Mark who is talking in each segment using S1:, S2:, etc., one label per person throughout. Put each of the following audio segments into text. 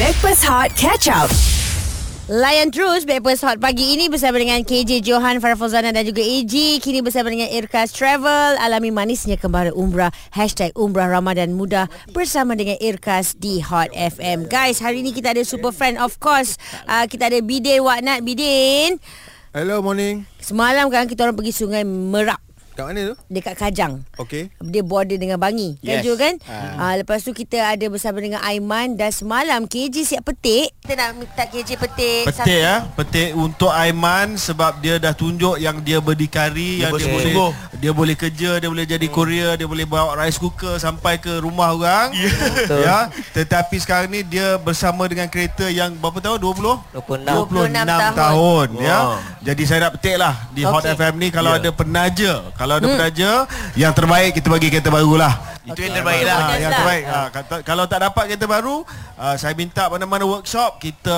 S1: Backpass Hot Catch Up.
S2: Layan terus Breakfast Hot pagi ini bersama dengan KJ Johan Farfozana dan juga AG. Kini bersama dengan Irkas Travel. Alami manisnya kembali umrah. Hashtag umrah Ramadan mudah bersama dengan Irkas di Hot FM. Guys, hari ini kita ada super friend of course. Uh, kita ada Bidin Waknat. Bidin,
S3: Hello, morning.
S2: semalam kan kita orang pergi sungai Merak
S3: Kat mana tu?
S2: dekat Kajang.
S3: Okey.
S2: Dia border dengan Bangi Kan
S4: Yes.
S2: Ju kan ha. Lepas tu kita ada bersama dengan Aiman Dan semalam KJ siap petik Kita nak minta KJ petik
S4: Petik ya, petik untuk Aiman sebab dia dah tunjuk yang dia berdikari, yang dia boleh
S3: bersungguh.
S4: dia boleh kerja, dia boleh jadi courier, dia boleh bawa rice cooker sampai ke rumah orang. Yeah. ya, tetapi sekarang ni dia bersama dengan kereta yang berapa tahun? 20?
S5: 26.
S4: 26
S2: tahun.
S4: tahun, ya. Jadi saya nak petik lah di Hot
S2: Okey.
S4: FM ni kalau ada penaja, kalau ada penaja yang terbaik kita bagi kereta barulah.
S5: Itu yang terbaik lah.
S4: Ah,
S2: Yes
S4: yang
S2: lah.
S4: terbaik. Ah, kata, kalau tak dapat kereta baru, ah, saya minta mana-mana workshop kita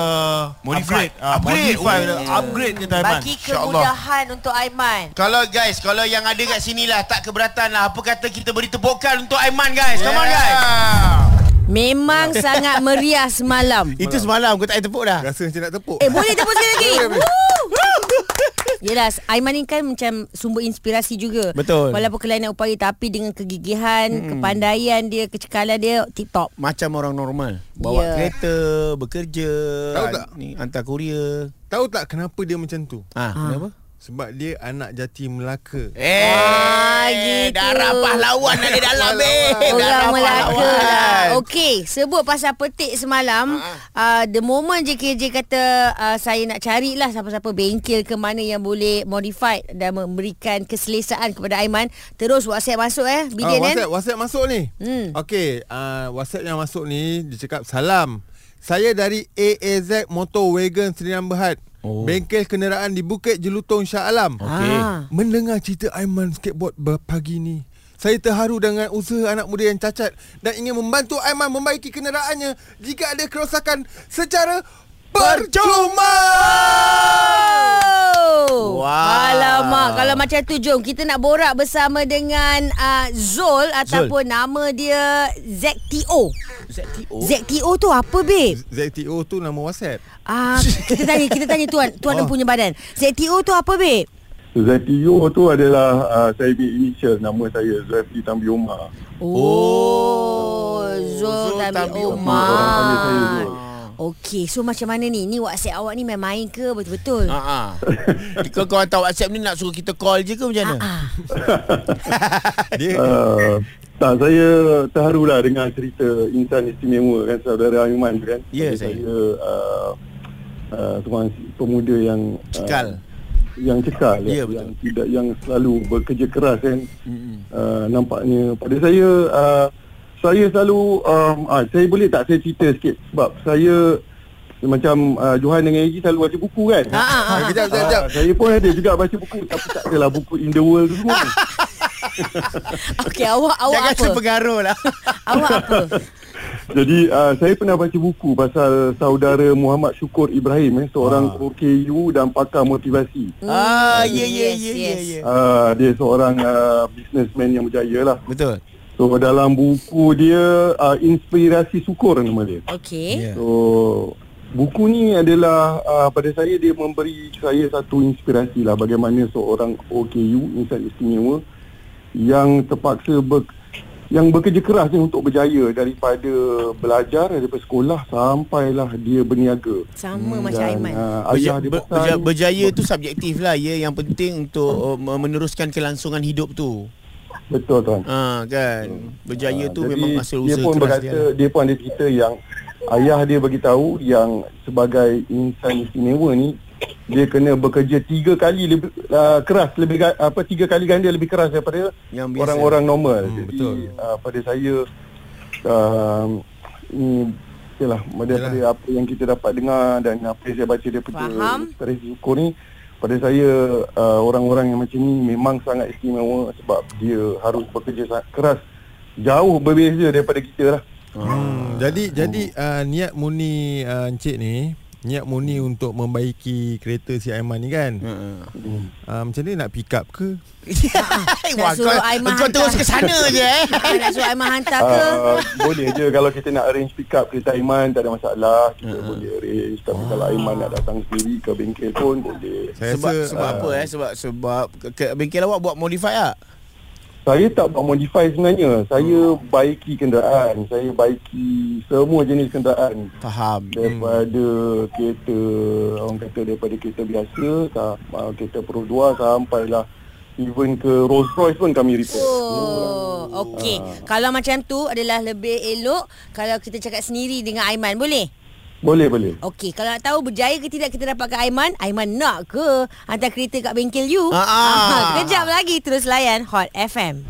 S5: Modify.
S4: upgrade, ah,
S5: Upgrade.
S4: modify,
S5: Oh.
S4: upgrade kereta Aiman.
S2: Bagi
S4: InsyaAllah.
S2: kemudahan untuk Aiman
S5: Kalau guys, kalau yang ada kat sini lah tak keberatan lah. Apa kata kita beri tepukan untuk Aiman guys. Come on guys.
S2: Memang sangat meriah semalam
S6: Itu semalam aku tak ada tepuk dah.
S3: Rasa macam nak tepuk.
S2: Eh boleh tepuk sekali lagi Woo! Yelah Aiman ni kan macam Sumber inspirasi juga
S6: Betul.
S2: Walaupun kelainan upaya Tapi dengan kegigihan hmm. Kepandaian dia Kecekalan dia Tip top
S6: Macam orang normal.
S2: Ya.
S6: Bawa yeah. kereta, bekerja,
S3: Tahu
S6: an-
S3: tak?
S6: ni hantar kurier.
S3: Tahu tak kenapa dia macam tu?
S6: Ha, kenapa?
S3: Sebab dia anak jati Melaka.
S5: Eh,
S2: Ah, gitu.
S5: darah pahlawan ada dalam eh. Darah
S2: Orang Melaka
S5: pahlawan.
S2: lah
S3: kan.
S2: Okey Sebut pasal petik semalam
S3: Ha,
S2: uh, The moment je KJ kata uh, Saya nak carilah Siapa-siapa bengkel ke mana Yang boleh modify Dan memberikan keselesaan kepada Aiman Terus WhatsApp masuk eh
S3: Ah,
S2: Bidin kan
S3: WhatsApp, WhatsApp masuk ni.
S2: Hmm.
S3: Okey, ah, WhatsApp yang masuk ni dia cakap salam. Saya dari AAZ Motor Wagon Sdn Bhd. Oh. Bengkel kenderaan di Bukit Jelutong Shah Alam.
S6: Okey.
S2: Ah.
S3: Mendengar cerita Aiman skateboard ber- pagi ni saya terharu dengan usaha anak muda yang cacat dan ingin membantu Aiman membaiki kenderaannya jika ada kerosakan secara percuma.
S2: Oh.
S6: Wow.
S2: Alamak Kalau macam tu jom Kita nak borak bersama dengan uh, Zul Ataupun nama dia ZTO
S6: ZTO.
S2: ZTO tu apa babe?
S3: ZTO tu nama WhatsApp.
S2: Ah, kita tanya kita tanya tuan, tuan oh. punya badan. ZTO tu apa babe?
S7: ZTO tu adalah uh, saya punya initial nama saya Zulfi Tambi Omar.
S2: Oh, Zul
S6: Zul
S2: Tambi
S6: Tambi
S7: Orang panggil saya
S2: Omar.
S7: Zul.
S2: Okey, so macam mana ni? Ni WhatsApp awak ni main-main ke betul-betul?
S6: Ha ah. Kau kau hantar WhatsApp ni nak suruh kita call je ke macam mana?
S2: Ah,
S7: Uh, tak saya terharulah dengan cerita insan istimewa kan saudara Ayuman tu kan.
S6: Ya, saya.
S7: saya uh, uh, seorang pemuda yang uh,
S6: Cekal.
S7: yang cekal
S6: Ya,
S7: yang,
S6: betul.
S7: yang tidak yang selalu bekerja keras kan. Uh, nampaknya pada saya uh, saya selalu um, ah, saya boleh tak saya cerita sikit sebab saya macam uh, Johan dengan Egy selalu baca buku kan.
S2: ah, ah, ah.
S3: Ah, kejap, kejap, kejap.
S7: Ah, saya pun ada juga baca buku tapi tak adalah buku In the World tu semua.
S2: Okey, awak awak
S6: Jangan
S2: Oh, apa?
S6: terpengaruh lah.
S2: Awak apa?
S7: Jadi uh, saya pernah baca buku pasal saudara Muhammad Syukur Ibrahim eh, seorang OKU dan pakar motivasi.
S6: ah, ya ya
S2: Oh, Yes,
S6: ya ya
S2: yes.
S6: ya.
S7: Uh, dia seorang uh, businessman yang berjaya lah.
S6: Betul.
S7: So dalam buku dia uh, Inspirasi Syukur nama dia.
S2: Okey.
S6: Ya.
S7: So buku ni adalah uh, pada saya dia memberi saya satu inspirasi lah bagaimana seorang OKU insan istimewa yang terpaksa ber, yang bekerja keras ni untuk berjaya daripada belajar daripada sekolah sampailah dia berniaga.
S2: Sama macam
S7: Dan,
S2: Aiman.
S7: Uh,
S6: Berja,
S7: ayah dia
S6: ber,
S7: pesan-
S6: berja, berjaya tu subjektif lah ya yang penting untuk uh, meneruskan kelangsungan hidup tu.
S7: betul tuan.
S6: Ha kan. Berjaya tu lah
S7: Hmm. Ha, Jadi,
S6: memang hasil
S7: dia
S6: usaha
S7: pun
S6: keras dia.
S7: berkata, dia, dia pun ada cerita yang ayah dia beritahu yang sebagai insan istimewa ni dia kena bekerja tiga kali lebih uh, keras lebih ga- apa tiga kali ganda lebih keras daripada
S6: Yang biasa.
S7: orang-orang normal. Hmm, Jadi betul. Uh, pada saya uh, ini yalah daripada apa yang kita dapat dengar dan apa yang saya baca daripada
S2: Faham.
S7: Tarikh Zuko ni pada saya uh, orang-orang yang macam ni memang sangat istimewa sebab dia harus bekerja sangat keras jauh berbeza daripada kita lah.
S3: Hmm, jadi jadi uh, niat muni uh, encik ni niat murni untuk membaiki kereta si Aiman ni kan. Hmm. Uh, macam ni nak pick up ke?
S2: Nak suruh Aiman
S5: Kau terus ke
S2: hantar.
S5: sana je eh
S2: Ah, Nak suruh Aiman hantar ke
S7: Uh, boleh je kalau kita nak arrange pick up kereta Aiman tak ada masalah kita boleh arrange tapi kalau Aiman nak datang sendiri ke bengkel pun boleh
S3: Saya
S6: sebab
S3: rasa,
S7: ha.
S6: sebab
S3: ah,
S6: apa eh sebab sebab ke, ke, bengkel awak buat modify tak?
S7: saya tak buat modify sebenarnya saya baiki kenderaan saya baiki semua jenis kenderaan
S6: Faham.
S7: daripada kereta orang kata daripada kereta biasa sa- ah, kereta Pro 2 sampailah even ke Rolls Royce pun kami repair
S2: Oh, okey. Kalau macam tu adalah lebih elok kalau kita cakap sendiri dengan Aiman, boleh?
S7: boleh boleh
S2: Okey, kalau nak tahu berjaya ke tidak kita dapat ke Aiman, Aiman nak ke hantar kereta kat bengkel you?
S6: Ah, ah.
S2: Kejap lagi terus layan Hot FM.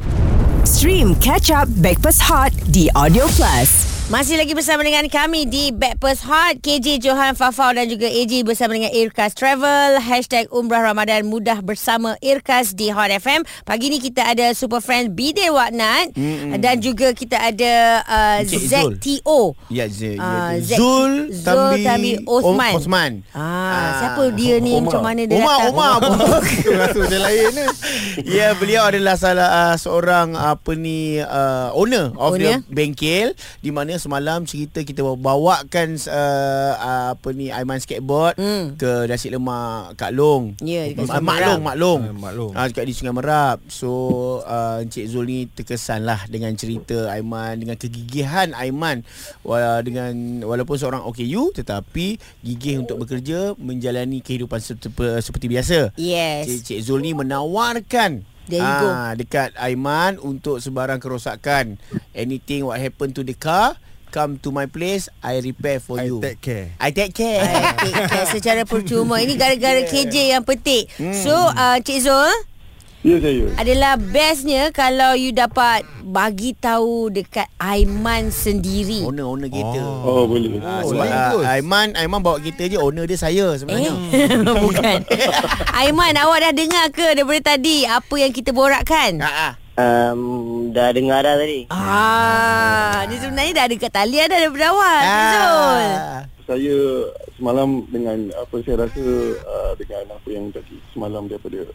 S1: Stream Catch Up Backpass Hot di Audio Plus.
S2: Masih lagi bersama dengan kami di Backpast Hot KJ Johan Fafau dan juga AJ bersama dengan Irkas Travel Hashtag Umrah Ramadan Mudah bersama Irkas di Hot FM Pagi ni kita ada Super Friend Bidil Waknat mm Dan juga kita ada uh,
S6: Encik Zul.
S2: ZTO
S6: Ya Zul.
S2: Ah, Zek-
S6: Zul
S2: Zul Tambi Osman.
S6: Om- Osman.
S2: Ah, siapa dia ni
S7: Omar.
S2: macam mana dia
S6: Omar
S2: datang?
S6: Omar.
S3: rasa macam lain ni.
S6: ya, beliau adalah salah uh, seorang apa ni uh, owner of
S2: Owner.
S6: the bengkel di mana semalam cerita kita bawakan uh, uh, apa ni Aiman skateboard
S2: Hmm.
S6: ke Nasi Lemak Kak Long.
S2: Ya, dekat
S6: Ma-
S2: Sungai
S6: Mak
S2: Merah.
S6: Long, Mak Long.
S3: Ah, Mak Long.
S6: Ah, dekat di Sungai Merap. So, uh, Encik Zul ni terkesan lah dengan cerita Aiman, dengan kegigihan Aiman wala, dengan walaupun seorang OKU tetapi gigih untuk bekerja, menjalani kehidupan seperti, seperti biasa.
S2: Yes
S6: Cik, Cik Zul ni menawarkan
S2: There you go.
S6: ah, dekat Aiman untuk sebarang kerosakan. Anything what happen to the car, come to my place, I repair for
S3: I
S6: you.
S3: take care.
S6: I take care.
S2: take care secara percuma Ini gara-gara KJ yang petik
S6: Hmm.
S2: So uh, Cik Zul
S7: ya saya
S2: Adalah bestnya Kalau you dapat Bagi tahu Dekat Aiman sendiri
S6: owner owner kereta.
S7: oh boleh
S6: Ah,
S3: Oh,
S6: sebab
S3: link
S6: ah,
S3: terus.
S6: Aiman Aiman bawa kereta je owner dia saya
S2: Eh
S6: sebenarnya.
S2: bukan Aiman awak dah dengar ke Daripada tadi Apa yang kita borakkan
S6: Ha ah.
S8: Um, dah dengar dah
S6: Ya.
S8: tadi.
S2: Ah, Dia sebenarnya dah dekat talian dah Daripada awal
S6: Ah.
S2: Cik Ah, Zul
S7: saya semalam dengan apa saya rasa uh, dengan apa yang tadi semalam daripada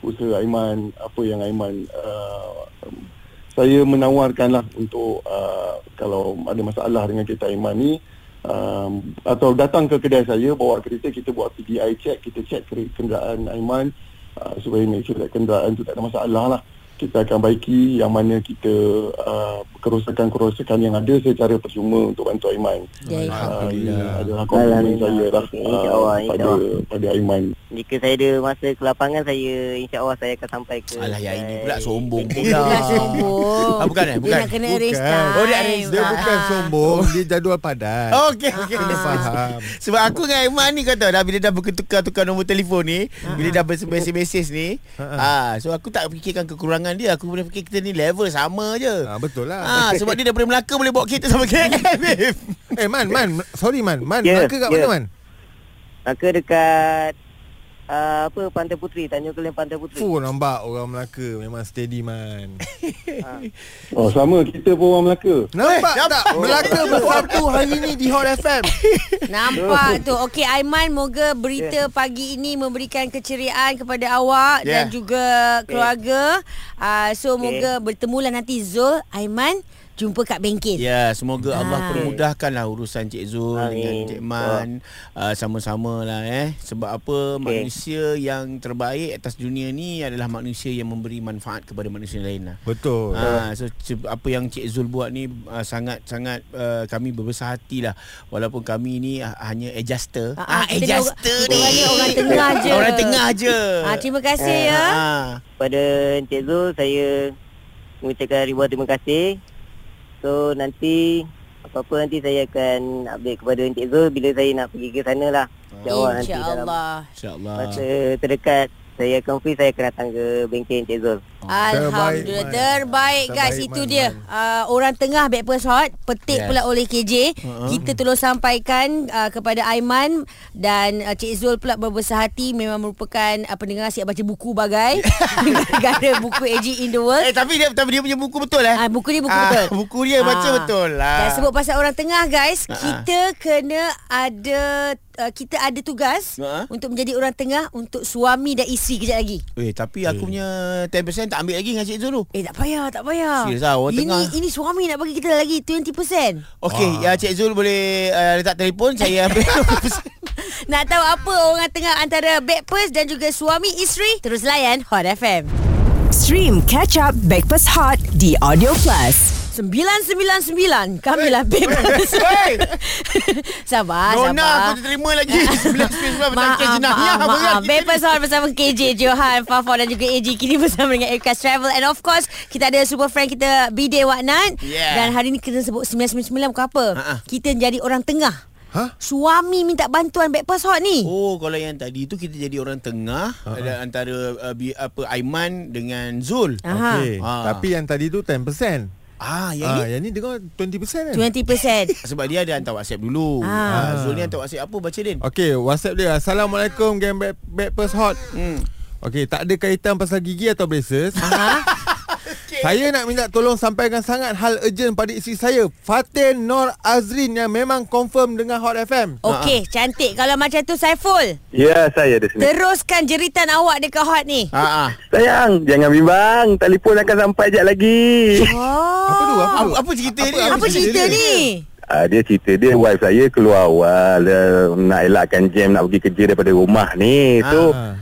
S7: usaha Aiman apa yang Aiman uh, um, saya menawarkanlah untuk uh, kalau ada masalah dengan kereta Aiman ni um, atau datang ke kedai saya bawa kereta kita buat PDI check kita check kere- kenderaan Aiman uh, supaya make sure that kenderaan tu tak ada masalah lah kita akan baiki yang mana kita uh, kerosakan-kerosakan yang ada secara percuma untuk bantu Aiman.
S2: Jadi,
S7: Ah, ini adalah komitmen saya lah
S8: InsyaAllah,
S7: ah, pada
S8: insyaAllah.
S7: pada Aiman.
S8: Jika saya ada masa ke lapangan, saya insyaAllah saya akan sampai ke...
S6: Ah. Alah yang ini pula
S8: kedai.
S6: sombong
S2: Dia
S6: pula.
S2: bukan sombong
S6: Ah, bukan eh?
S2: Dia
S6: Bukan.
S2: nak kena arrange
S3: Bukan.
S2: time
S6: Oh, dia arrange
S3: Dia
S2: Ah,
S3: bukan
S2: ah.
S3: sombong, dia jadual padat.
S6: Okey okey.
S3: Kena faham.
S6: Sebab aku dengan Aiman ni kata dah bila dah bertukar-tukar nombor telefon ni, bila dah bermesej-mesej ni, ah so aku tak fikirkan kekurangan dia, aku boleh fikir kita ni level sama je.
S3: Ah, betul lah.
S6: Ah sebab dia daripada Melaka boleh bawa kereta sampai KL. babe.
S3: Eh Man, Man, sorry Man. Man, yeah,
S8: Ya,
S3: Melaka kat
S8: ya.
S3: mana Man?
S8: Maka dekat... Uh, apa Pantai Puteri Tanjung Kelim Pantai Puteri
S3: Fuh, Oh, nampak orang Melaka memang steady Man.
S7: Oh sama kita pun orang Melaka.
S3: Nampak Oh. tak? Melaka bersatu hari ni di Hot FM.
S2: Nampak tu. Okey Aiman, moga
S3: Ya.
S2: berita yeah. pagi ini memberikan keceriaan kepada awak yeah. dan
S3: Ya.
S6: Yeah.
S2: juga keluarga. Uh, so moga bertemulah nanti Zul, Aiman jumpa kat bengkel. Yeah.
S6: Ya, semoga
S2: Ah.
S6: Allah permudahkanlah urusan Cik Zul
S8: Amin.
S6: dengan Cik Man uh, sama-sama lah eh. Sebab apa okay. manusia yang terbaik atas dunia ni adalah manusia yang memberi manfaat kepada manusia lain lah.
S3: Betul.
S6: Ha, so ce- apa yang Cik Zul buat ni uh, sangat sangat uh, kami berbesar hati lah. Walaupun kami ni uh, hanya adjuster.
S2: Ah, ah,
S6: Ah,
S2: kita ni
S6: adjuster
S2: orang- kita
S6: ni.
S2: ni orang tengah je.
S6: Orang tengah je.
S2: Uh, terima kasih ya.
S6: Ah.
S8: Pada Encik Zul Saya Mengucapkan ribuan terima kasih So nanti Apa-apa nanti saya akan Update kepada Encik Zul Bila saya nak pergi ke sana lah
S3: Ya
S8: InsyaAllah nanti dalam
S2: InsyaAllah.
S6: InsyaAllah.
S8: Masa terdekat Saya akan free Saya akan datang ke bengkel Encik Zul
S2: Oh. Alhamdulillah Terbaik,
S3: Terbaik, man.
S2: guys
S3: Terbaik,
S2: Itu
S3: man,
S2: dia uh, Orang tengah Breakfast Hot Petik
S6: Yes. Uh-huh.
S2: pula oleh KJ Kita tolong sampaikan uh, Kepada Aiman Dan uh, Cik Zul pula Berbesar hati Memang merupakan uh, Pendengar siap baca buku bagai Gara-gara buku AG in the world
S6: Eh tapi dia tapi dia punya buku betul eh.
S2: Ah, buku dia buku
S6: Ah,
S2: betul.
S6: buku dia baca betul lah.
S2: Dah sebut pasal orang tengah guys,
S6: Ah, ah.
S2: kita kena ada uh, kita ada tugas
S6: Ah, ah.
S2: untuk menjadi orang tengah untuk suami dan isteri kejap lagi.
S6: Eh tapi aku punya 10% tak ambil lagi dengan Cik Zul tu.
S2: Eh tak payah, tak payah.
S6: Serius lah, orang
S2: ini,
S6: tengah.
S2: Ini suami nak bagi kita lagi 20%.
S6: Okey,
S2: Ah.
S6: ya Cik Zul boleh uh, letak telefon saya ambil 20%.
S2: Nak tahu apa orang tengah antara backpers dan juga suami isteri? Terus layan Hot FM.
S1: Stream Catch Up Breakfast Hot di Audio Plus.
S2: 999 Kamilah backpers.
S6: Hey,
S2: lah sabar,
S6: Nona
S2: Ah, sabar.
S6: aku terima lagi 19.99 petang ke jenayah
S2: maaf,
S6: kan? berat
S2: maaf.
S6: kita ni.
S2: Bebas Hot bersama KJ Johan, Fafo dan juga AG Kini bersama dengan Aircast Travel And of course Kita ada super friend kita BD Waknat
S6: Yeah.
S2: Dan hari ni kita sebut 999 bukan apa
S6: Ha, ha.
S2: Kita jadi orang tengah
S3: Hah?
S2: Suami minta bantuan Backpass Hot ni
S6: Oh kalau yang tadi tu kita jadi orang tengah
S2: Ah,
S6: uh-huh. antara uh, bi, apa Aiman dengan Zul.
S2: Aha.
S3: Okey.
S6: Ah.
S3: Tapi yang tadi tu 10%.
S6: Ah yang
S3: Ah,
S6: ni
S3: yang ni dengar 20% kan?
S2: 20%
S6: sebab dia ada hantar WhatsApp dulu.
S2: Ah.
S6: Ah. Zul ni hantar WhatsApp apa baca Din?
S3: Okey, WhatsApp dia. Assalamualaikum Gang Back, Backpast Hot.
S6: Hmm.
S3: Okey, tak ada kaitan pasal gigi atau braces. okay. Saya nak minta tolong sampaikan sangat hal urgent pada isteri saya, Fatin Nor Azrin yang memang confirm dengan Hot FM.
S6: ha.
S2: Okey, cantik. Kalau macam tu Saiful,
S7: Ya, saya ada sini.
S2: teruskan jeritan awak dekat hot ni.
S6: Ha ah.
S7: Sayang, jangan bimbang. Telefon akan sampai jap lagi.
S2: Oh.
S3: Apa tu? Apa
S6: Apa,
S3: tu?
S6: apa cerita apa, dia?
S2: Apa cerita ni?
S7: Uh, dia cerita dia wife saya keluar awal dia nak elakkan jam nak pergi kerja daripada rumah ni. So
S3: Ah.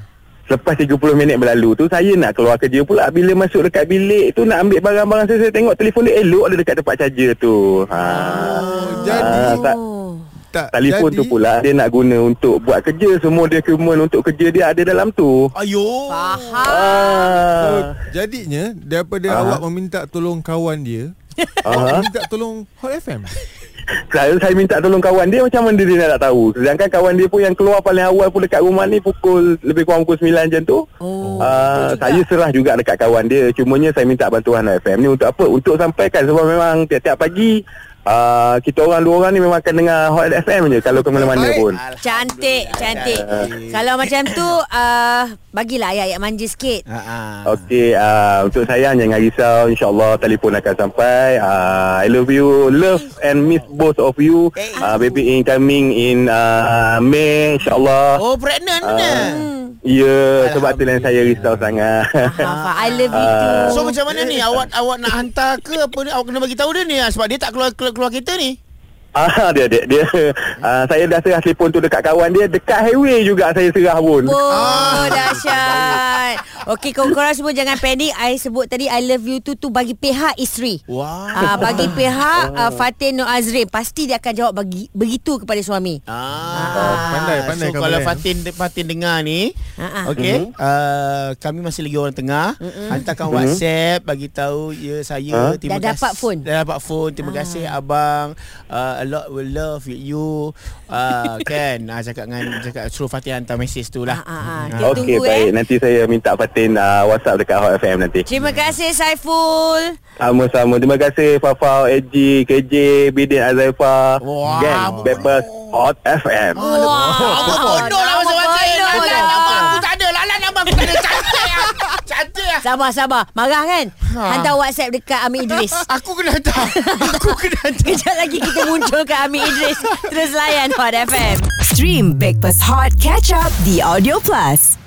S7: lepas 30 minit berlalu tu saya nak keluar kerja pula bila masuk dekat bilik tu nak ambil barang-barang saya, saya tengok telefon dia elok ada dekat tempat charger tu. Ha.
S3: Oh, jadi
S7: Ah, tak,
S2: Oh.
S3: tak
S7: telefon
S3: jadi,
S7: tu pula dia nak guna untuk buat kerja semua dokumen untuk kerja dia ada dalam tu.
S6: Ayo.
S2: Faham.
S3: So,
S7: Ah.
S3: Oh, jadinya daripada
S7: Ah.
S3: awak meminta tolong kawan dia,
S7: Ah.
S3: awak minta tolong Hot FM.
S7: Saya, saya minta tolong kawan dia Macam mana dia nak tak tahu Sedangkan kawan dia pun Yang keluar paling awal pun Dekat rumah ni Pukul Lebih kurang pukul 9 macam tu
S2: Oh, betul
S7: Ah,
S2: juga.
S7: saya serah juga dekat kawan dia Cumanya saya minta bantuan FM ni Untuk apa? Untuk sampaikan Sebab memang tiap-tiap pagi uh, Kita orang dua orang ni Memang akan dengar Hot FM je Kalau ke mana-mana
S3: Baik.
S7: pun
S2: Cantik, cantik. Kalau macam tu, uh, bagilah ayat-ayat manja sikit.
S6: Ha ah.
S7: Okey, uh, untuk sayang jangan risau InsyaAllah telefon akan sampai uh, I love you, love and miss both of you
S2: Eh.
S7: uh, Baby incoming in uh, May InsyaAllah
S6: Oh pregnant uh.
S2: Hmm.
S7: Ya, sebab tu yang saya risau sangat.
S2: Faham, I love you too.
S6: Ah. So macam mana ni awak awak nak hantar ke apa ni awak kena bagi tahu dia ni ah, sebab dia tak keluar keluar, keluar kereta ni.
S7: ah, dia dia dia ah, saya dah serah telefon tu dekat kawan dia dekat highway juga saya serah pun.
S6: Ah.
S2: Oh, dahsyat. Okey, korang-korang semua jangan panik. I sebut tadi I love you tu tu bagi pihak isteri.
S6: Wah. Oh.
S2: Ah, bagi pihak uh, Fatin Nur Azrin Pasti dia akan jawab bagi begitu kepada suami Oh,
S6: Ah,
S3: pandai, pandai
S6: So
S3: kamu
S6: kalau
S3: kan.
S6: Fatin Fatin dengar ni,
S2: Ah, ah.
S6: okey, uh, kami masih lagi orang tengah. Hantarkan WhatsApp bagi tahu ya saya terima
S2: Dah
S6: kasih.
S2: dapat phone? Ah.
S6: Dah dapat phone. Terima kasih abang. Uh, a lot will love you. Uh, kan. Ah cakap dengan cakap suruh Fatin hantar mesej tu lah.
S2: Ah, ah, ah.
S6: Ah.
S2: Kita
S7: Okey,
S2: tunggu
S7: baik.
S2: eh
S7: Nanti saya minta Fatin uh, WhatsApp dekat Hot FM nanti.
S2: Terima kasih Saiful
S7: Sama-sama. Terima kasih Fafau, AG, KJ, Bidin Azaifa,
S6: Wah,
S7: Gang Peppers Hot FM.
S6: Aku bodoh lah masa baca
S2: bodoh. lah.
S6: Lalan abang aku tak ada Lalan abang aku tak ada Cantik lah Cantik lah
S2: Sabar sabar Marah kan
S6: Ha.
S2: Hantar WhatsApp dekat Amir Idris
S6: Aku kena hantar Aku kena hantar
S2: Kejap lagi kita munculkan Amir Idris Terus layan Hot FM
S1: Stream Breakfast Hot Catch Up di Audio Plus.